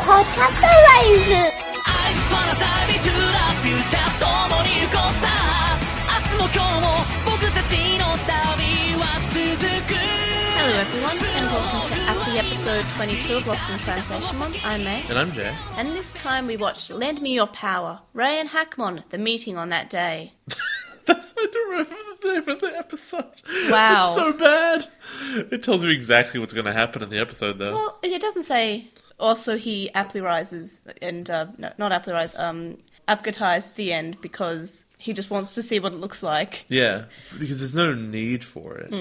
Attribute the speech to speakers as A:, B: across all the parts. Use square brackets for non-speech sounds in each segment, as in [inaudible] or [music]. A: podcast arise.
B: 愛すまな旅 to the future 共に行こうさ明日も今日も僕たちの旅は続く
C: Hello, everyone, and welcome to Appy episode 22 of Lost in Translation. One. I'm May,
D: And I'm Jay.
C: and this time we watched Lend Me Your Power, Ray and Hackmon, the meeting on that day.
D: [laughs] That's I don't remember the name of the episode.
C: Wow.
D: It's so bad. It tells you exactly what's going to happen in the episode, though.
C: Well, it doesn't say also he aptly rises, and uh, no, not aptly rise, um, abgatized the end because he just wants to see what it looks like.
D: yeah, because there's no need for it.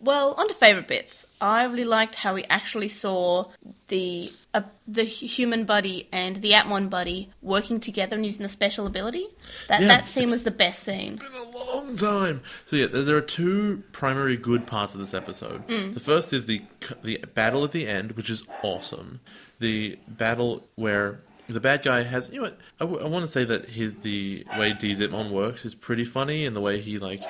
C: Well, on to favourite bits. I really liked how we actually saw the uh, the hu- human buddy and the Atmon buddy working together and using the special ability. That
D: Yeah,
C: that scene
D: it's-
C: was the best scene.
D: It's been a long time. So yeah, there there are two primary good parts of this episode. The first is the c- the battle at the end, which is awesome. The battle where the bad guy has you know what, I, want to say that his, the way D Zipmon works is pretty funny, and the way he like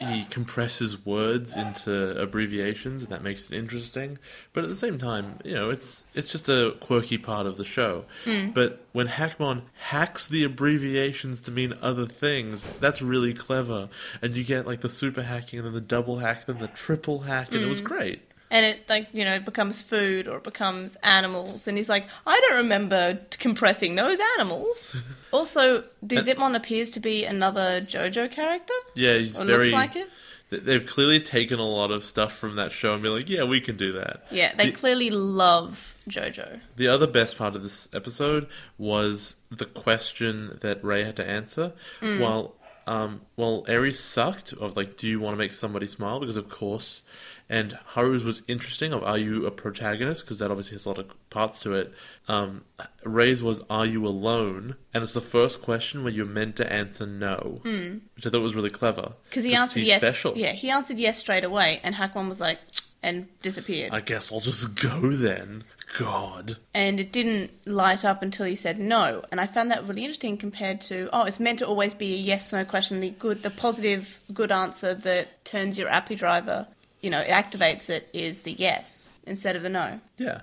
D: he compresses words into abbreviations, and that makes it interesting. But at the same time, you know, it's it's just a quirky part of the show.
C: Hmm.
D: But when Hackmon hacks the abbreviations to mean other things, that's really clever. And you get like the super hacking, and then the double hack, then the triple hack, and it
C: Hmm.
D: was great.
C: And it like you know it becomes food or it becomes animals, and he's like, I don't remember t- compressing those
D: [laughs]
C: animals. also, Dizimon appears to be another JoJo character.
D: Yeah, he's
C: Or
D: very.
C: looks like it.
D: th- They've clearly taken a lot of stuff from that show and be like, yeah, we can do that.
C: Yeah, they
D: The-
C: clearly love JoJo.
D: The other best part of this episode was the question that Ray had to answer.
C: Mm.
D: While um, while Aries sucked of like, do you want to make somebody smile? Because of course, and Haru's was interesting of, are you a protagonist? Because that obviously has a lot of parts to it. Um, Ray's was, are you alone? And it's the first question where you're meant to answer no, which I thought was really clever
C: Mm. Because he answered
D: he's
C: yes.
D: Special.
C: Yeah, he answered yes straight away, and Hakwon was like, and disappeared.
D: I guess I'll just go then. God.
C: and it didn't light up until he said no. And I found that really interesting compared to oh, it's meant to always be a yes no question, the good, the positive, good answer that turns your appy driver, you know, it activates it is the yes instead of the no.
D: Yeah.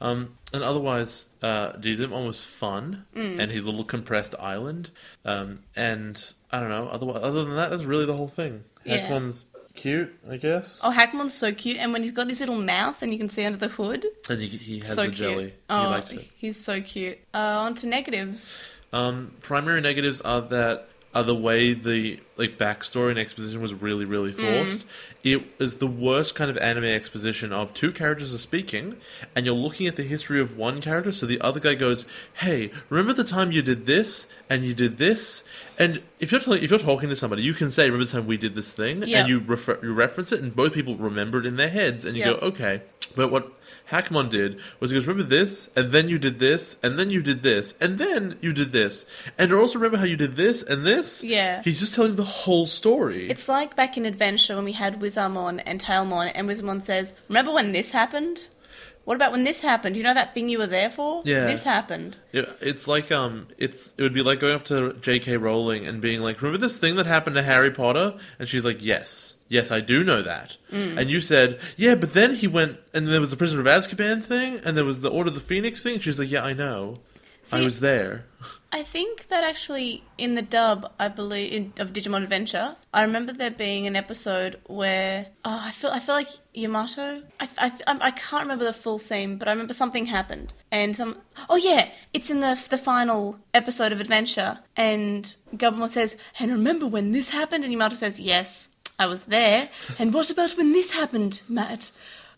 D: Um, and otherwise, uh, Dizimon was fun,
C: Mm.
D: and his little compressed island. Um, and I don't know. Other, other than that, that's really the whole thing.
C: Yeah.
D: Heckman's cute, I guess.
C: Oh, Hackmon's so cute, and when he's got this little mouth and you can see under the hood,
D: And he, he has
C: so
D: the
C: cute.
D: jelly.
C: Oh,
D: he likes it.
C: he's so cute. Uh, on to negatives.
D: Um, primary negatives are that are the way the like backstory and exposition was really really forced. It is the worst kind of anime exposition of two characters are speaking and you're looking at the history of one character so the other guy goes, "Hey, remember the time you did this and you did this?" And if you're telling, if you're talking to somebody, you can say, "Remember the time we did this thing?"
C: Yeah.
D: and you refer, you reference it and both people remember it in their heads and you
C: Yeah.
D: go, "Okay." But what Hackmon did was he goes, remember this, and then you did this, and then you did this, and then you did this, and also remember how you did this and this.
C: Yeah.
D: he's just telling the whole story.
C: It's like back in Adventure when we had Wizarmon and Tailmon, and Wizarmon says, "Remember when this happened? What about when this happened? You know that thing you were there for?
D: Yeah.
C: this happened."
D: It- it's like um, it's it would be like going up to J.K. Rowling and being like, remember this thing that happened to Harry Potter, and she's like, yes, yes, I do know that.
C: Mm.
D: And you said, yeah, but then he went, and there was the Prisoner of Azkaban thing, and there was the Order of the Phoenix thing. She's like, yeah, I know, I
C: See-
D: was there.
C: I think that actually in the dub, I believe in, of Digimon Adventure, I remember there being an episode where oh, I feel I feel like Yamato. I, I, I'm- I can't remember the full scene, but I remember something happened, and some oh yeah, it's in the the final episode of Adventure, and Gabumon says, "And remember when this happened?" And Yamato says, "Yes, I was [laughs] there." and what about when this happened, Matt?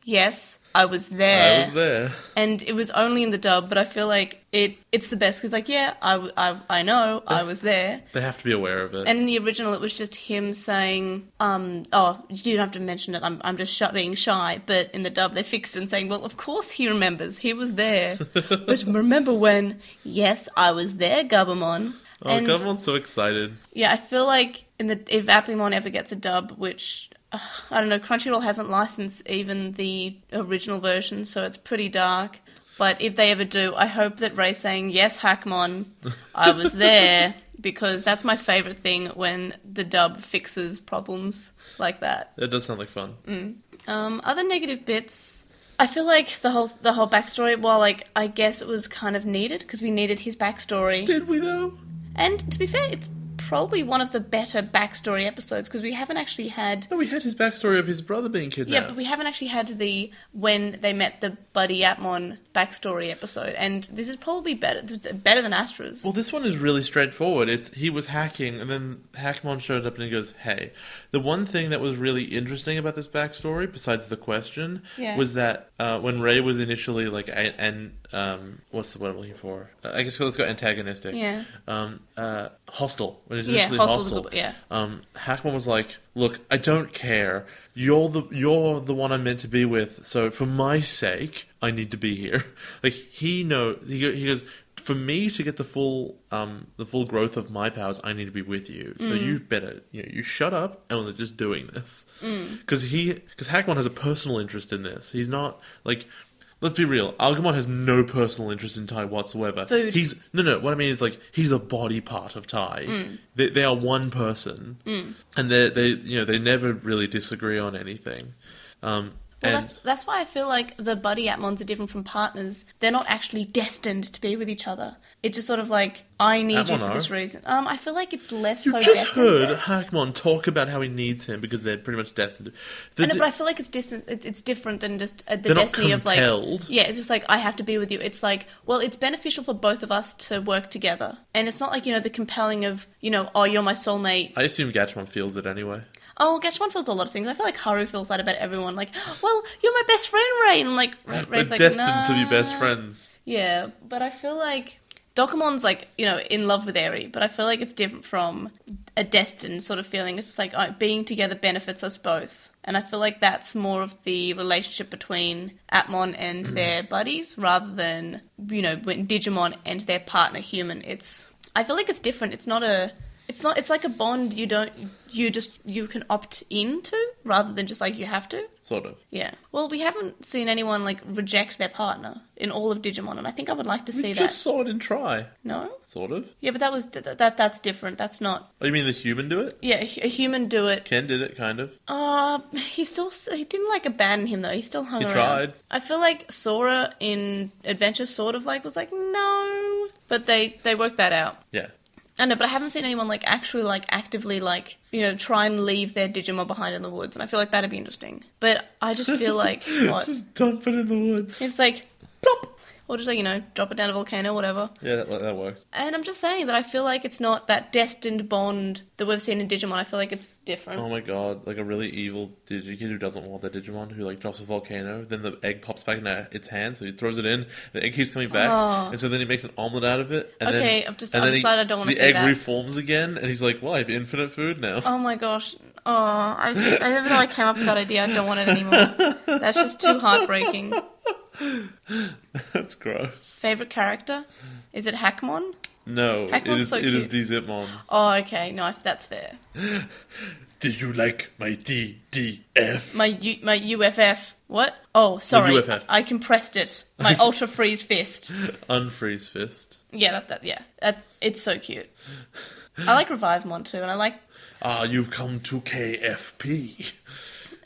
C: Yes, I was there
D: I was there. [laughs]
C: and it was only in the dub but i feel like it it's the best because like yeah I, w- I- I know i was there
D: They have to be aware of it.
C: and in the original it was just him saying um oh you don't have to mention it i'm, I'm just sh- being shy but in the dub they fixed it and saying well of course he remembers he was there but remember when yes i was there gabamon
D: oh, come on, so excited.
C: yeah, I feel like in the if Applemon ever gets a dub, which ugh, I don't know, Crunchyroll hasn't licensed even the original version, so it's pretty dark. But if they ever do, I hope that Ray saying yes, Hackmon, I was there because that's my favorite thing when the dub fixes problems like that. Mm.
D: It does sound like fun.
C: Um, other negative bits. I feel like the whole the whole backstory. While like I guess it was kind of needed because we needed his backstory.
D: Did we though?
C: And to be fair, it's probably one of the better backstory episodes because we haven't actually had.
D: No, we had his backstory of his brother being
C: Yeah,
D: kidnapped.
C: but we haven't actually had the when they met the Buddy Atmon backstory episode, and this is probably better better than Astra's.
D: Well, this one is really straightforward. It's he was hacking, and then Hackmon shows up and he goes, "Hey." The one thing that was really interesting about this backstory, besides the question,
C: Yeah.
D: was that uh, when Ray was initially like, a- and um, what's the word I'm looking for? Uh, I guess let's go antagonistic.
C: Yeah.
D: Um, uh, hostile. When he was
C: Yeah,
D: initially
C: hostile was a
D: hostile.
C: good- yeah.
D: Um, Hackman was like, "Look, I don't care. You're the you're the one I'm meant to be with. So for my sake, I need to be here." [laughs] Like he know he, go- he goes, "For me to get the full um the full growth of my powers, I need to be with you. So you better you know, you shut up and we're just doing this." Because he because Hackman has a personal interest in this. He's not like. Let's be real. Algamon has no personal interest in Tai whatsoever.
C: Food.
D: He's no, no. What I mean is like he's a body part of Ty.
C: Mm.
D: They, they are one person, and they they you know they never really disagree on anything. Um,
C: Well,
D: and
C: that's that's why I feel like the buddy atmons are different from partners. They're not actually destined to be with each other. It's just sort of like I need you
D: Atmon
C: for
D: are.
C: this reason. Um, I feel like it's less
D: you
C: so
D: just
C: destined.
D: heard Hackmon talk about how he needs him because they're pretty much destined. The-
C: I know, but I feel like it's distant. It's, it's different than just uh, the
D: They're not
C: destiny of like
D: compelled.
C: yeah. It's just like I have to be with you. It's like well, it's beneficial for both of us to work together, and it's not like you know the compelling of you know oh you're my soulmate.
D: I assume Gatchmon feels it anyway.
C: Oh, Gashwan feels a lot of things. I feel like Haru feels that about everyone. Like well, you're my best friend, Ray, and I'm like Ray-
D: We're
C: Ray's like
D: destined to be
C: "Nah."
D: best friends.
C: Yeah, but I feel like Dokumon's like you know in love with Eri, but I feel like it's different from a destined sort of feeling. It's just like uh, being together benefits us both, and I feel like that's more of the relationship between Atmon and their buddies rather than you know when Digimon and their partner human. It's I feel like it's different. It's not a it's not it's like a bond you don't you just you can opt into rather than just like you have to.
D: Sort of.
C: Yeah. Well, we haven't seen anyone like reject their partner in all of Digimon, and I think I would like to see
D: we
C: that.
D: just saw it in Try.
C: No.
D: Sort of.
C: Yeah, but that was th- that. That's different. That's not.
D: Oh, you mean the human do it?
C: Yeah, a hu- a human do it.
D: Ken did it, kind of.
C: Uh, he still s- he didn't like abandon him though. He still hung
D: He
C: around.
D: tried.
C: I feel like Sora in Adventure sort of like was like no, but they they worked that out.
D: Yeah.
C: I know, but I haven't seen anyone like actually like actively like you know try and leave their Digimon behind in the woods, and I feel like that'd be interesting. But I just feel
D: [laughs]
C: like what
D: Just dump it in the woods.
C: It's like plop, or just like you know, drop it down a volcano, whatever.
D: Yeah, that, that works.
C: And I'm just saying that I feel like it's not that destined bond that we've seen in Digimon. I feel like it's different.
D: Oh my god, like a really evil Digikid who doesn't want their Digimon, who like drops a volcano, then the egg pops back in a- its hand, so he throws it in, the egg keeps coming back,
C: Oh.
D: and so then he makes an omelette out of it. And
C: Okay,
D: then,
C: I've just-
D: and
C: I've
D: then he-
C: decided I don't wanna
D: The
C: see
D: egg
C: that.
D: reforms again, and he's like, well, I have infinite food now.
C: Oh my gosh! Oh, I, I never know I came up with that idea. I don't want it
D: [laughs]
C: anymore. That's just too heartbreaking.
D: [laughs] That's gross.
C: Favorite character? Is it Hackmon?
D: No, it
C: Hackmon's
D: is,
C: so
D: it is
C: cute.
D: D-Zipmon.
C: Oh, okay. No, I- that's fair.
D: Did you like my DDF?
C: My U, my UFF. What? Oh, sorry.
D: UFF.
C: I compressed it.
D: [laughs]
C: My ultra freeze fist.
D: Unfreeze fist.
C: Yeah, that, that yeah. That's it's so cute. I like Revivemon too, and I like
D: Ah, you've come to [laughs] KFP.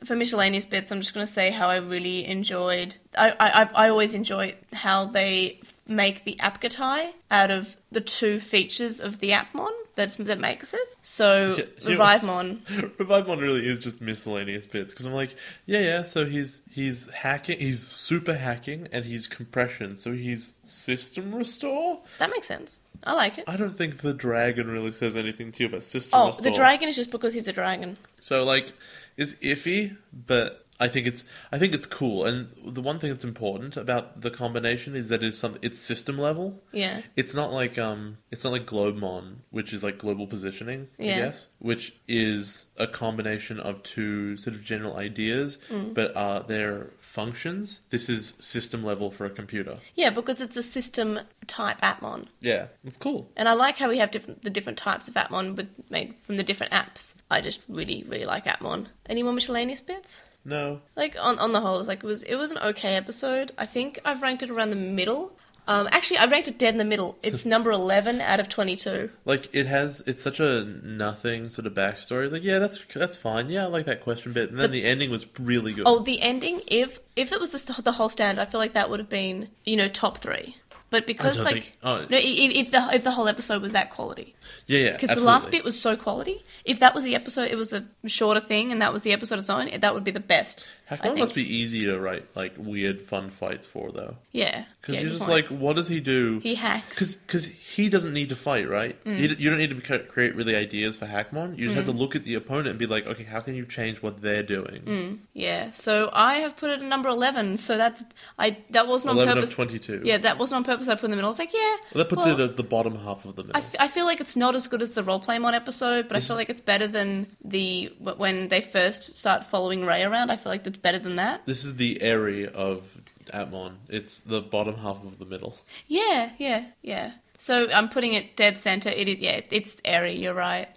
C: for miscellaneous bits, I'm just going to say how I really enjoyed. I, I, I- I always enjoy how they f- make the Apgatai out of the two features of the Apmon that's, that makes it. So,
D: Yeah,
C: the
D: you-
C: Revivemon.
D: Revivemon really is just miscellaneous bits because I'm like, yeah, yeah. So he's he's hacking, he's super hacking, and he's compression. So he's system restore.
C: That makes sense. I like it.
D: I don't think the dragon really says anything to you about system
C: Oh,
D: restore.
C: the dragon is just because he's a dragon.
D: So like, it's iffy, but I think it's I think it's cool. And the one thing that's important about the combination is that it's some it's system level.
C: Yeah.
D: It's not like um, it's not like Globemon, which is like global positioning, I
C: Yeah.
D: guess, which is a combination of two sort of general ideas,
C: Mm.
D: but uh, their functions. This is system level for a computer.
C: Yeah, because it's a system type Atmon.
D: Yeah, it's cool.
C: And I like how we have different, the different types of Atmon with, made from the different apps. I just really, really like Atmon. Any more miscellaneous bits?
D: No,
C: like on on the whole, it was like it was it was an okay episode. I think I've ranked it around the middle. Um, actually, I ranked it dead in the middle.
D: [laughs]
C: It's number 11 out of 22.
D: Like it has, it's such a nothing sort of backstory. Like, yeah, that's that's fine. Yeah, I like that question bit. And then the ending was really good.
C: Oh, the ending, if if it was the, st- the whole standard, I feel like that would have been, you know, top three. But because,
D: don't
C: like,
D: think- oh.
C: no, i- i- if, if, the, if the whole episode was that quality.
D: yeah, yeah.
C: Because the last
D: absolutely.
C: bit was so quality. If that was the episode, it was a shorter thing, and that was the episode its own, that would be the best.
D: Heck,
C: I
D: that must
C: think.
D: be easy to write like weird fun fights for though.
C: Yeah.
D: Because
C: yeah,
D: you're
C: good
D: just
C: point.
D: like, what does he do?
C: He hacks. Mm.
D: Because he doesn't need to fight, right? You, d- you don't need to c- create really ideas for Hackmon. You just have to look at the opponent and be like, okay, how can you change what they're doing?
C: Mm. Yeah, so I have put it at number eleven. So that's I that wasn't on
D: 11
C: purpose.
D: of 22.
C: Yeah, that wasn't on purpose. I put in the middle. I was like, yeah,
D: Well, that puts
C: well,
D: it at the bottom half of the middle.
C: I, f- I feel like it's not as good as the role play mod episode, but I
D: This-
C: feel like it's better than the wh- when they first start following Ray around. I feel like that's better than that.
D: this is the area of Atmon. It's the bottom half of the middle.
C: Yeah, yeah, yeah. So I'm putting it dead center. It is yeah, it's airy. You're right.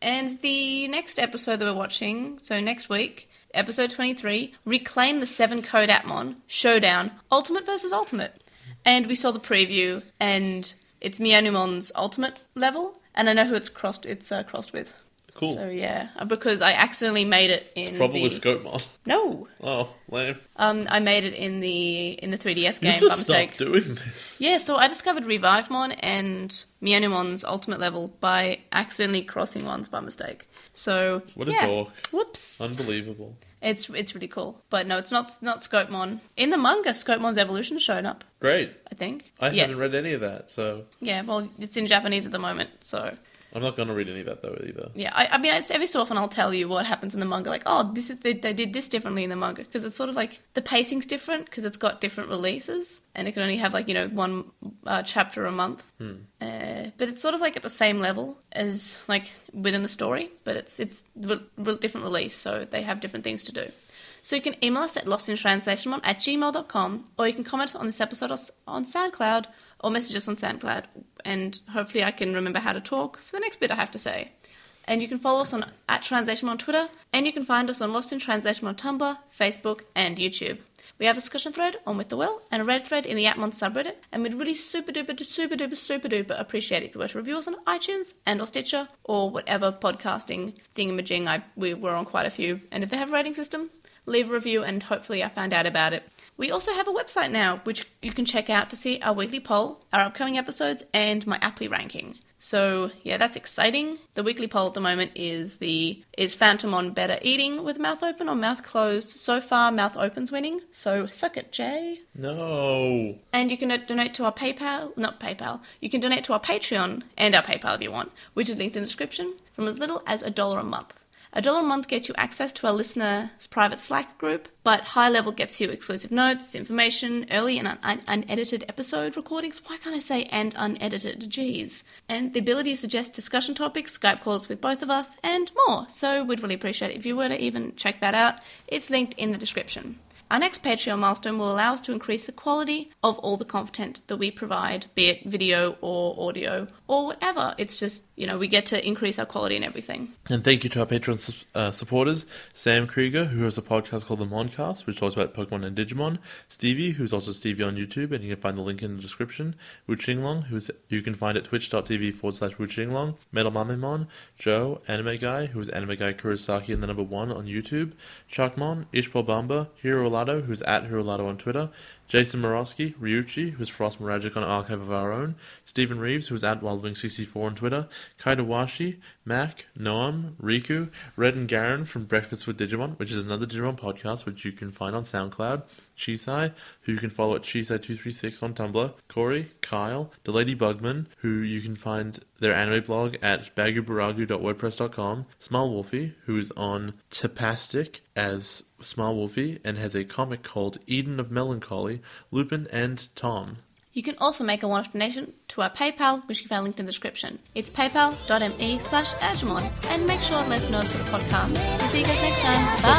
C: and the next episode that we're watching, so next week, episode 23, reclaim the seven code Atmon showdown, ultimate versus ultimate. And we saw the preview, and it's Mianumon's ultimate level, and I know who it's crossed. It's uh, crossed with.
D: Cool.
C: So yeah, uh, because I accidentally made it in
D: Problem
C: the
D: with scope mod.
C: no.
D: Oh, lame.
C: Um, I made it in the in the 3DS
D: You
C: game
D: have
C: by
D: to stop
C: mistake.
D: doing this.
C: Yeah, so I discovered Revivemon and Mianimon's ultimate level by accidentally crossing ones by mistake. So
D: What a
C: yeah.
D: dork.
C: Whoops.
D: Unbelievable.
C: it's it's really cool. But no, it's not not Scopemon. In the manga, Scopemon's evolution's shown up,
D: Great.
C: I think.
D: I
C: yes.
D: haven't read any of that, so
C: Yeah, well, it's in Japanese at the moment, so
D: I'm not going to read any of that though either.
C: yeah. I, I mean, it's, every so often I'll tell you what happens in the manga, like, oh, this is they, they did this differently in the manga because it's sort of like the pacing's different because it's got different releases and it can only have like you know one uh, chapter a month. Uh, but it's sort of like at the same level as like within the story, but it's it's re- re- different release, so they have different things to do. So you can email us at lostintranslationmon at gmail.com or you can comment on this episode us- on SoundCloud or message us on SoundCloud and hopefully I can remember how to talk for the next bit I have to say. And you can follow us on at Translation on Twitter, and you can find us on Lost in Translation on Tumblr, Facebook, and YouTube. We have a discussion thread on With the Well and a red thread in the Atmon subreddit, and we'd really super duper super duper super duper appreciate it if you were to review us on iTunes and or Stitcher or whatever podcasting thingamajig I we were on quite a few. And if they have a rating system, leave a review and hopefully I found out about it. We also have a website now, which you can check out to see our weekly poll, our upcoming episodes, and my Apply ranking. So yeah, that's exciting. The weekly poll at the moment is the is Phantom on better eating with mouth open or mouth closed? So far, mouth open's winning. So suck it, Jay.
D: No.
C: And you can donate to our PayPal, not PayPal. You can donate to our Patreon and our PayPal if you want, which is linked in the description, from as little as a dollar a month. A dollar a month gets you access to our listeners' private Slack group, but high level gets you exclusive notes, information, early and un- un- unedited episode recordings. Why can't I say and unedited? Jeez. And the ability to suggest discussion topics, Skype calls with both of us, and more. So we'd really appreciate it if you were to even check that out. It's linked in the description. Our next Patreon milestone will allow us to increase the quality of all the content that we provide, be it video or audio or whatever. It's just, you know, we get to increase our quality and everything.
D: And thank you to our Patreon su- uh, supporters Sam Krieger, who has a podcast called The Moncast, which talks about Pokemon and Digimon, Stevie, who's also Stevie on YouTube, and you can find the link in the description, Wu Qinglong, who's you can find at twitch.tv forward slash Wu Qinglong, Metal Mamemon, Joe, Anime Guy, who is Anime Guy Kurosaki and the number one on YouTube, Sharkmon, Ishpal Bamba, Hiro Olato, who's at Hiro Olato on Twitter, Jason Morosky, Ryuchi, who's Frost Moragic on Archive of Our Own, Stephen Reeves, who's at Wildwing64 on Twitter, Kaidawashi, Mac, Noam, Riku, Red and Garen from Breakfast with Digimon, which is another Digimon podcast which you can find on SoundCloud, Chisai, who you can follow at Chisai236 on Tumblr, Corey, Kyle, The Lady Bugman, who you can find their anime blog at bagubaragu.wordpress.com, Small Wolfie, who is on Tapastic as Small Wolfie and has a comic called Eden of Melancholy, Lupin and Tom.
C: You can also make a one-off donation to our PayPal, which you can find linked in the description. It's paypal.me slash Agumon. And make sure to let us know it's for the podcast. We'll see you guys next time. Bye!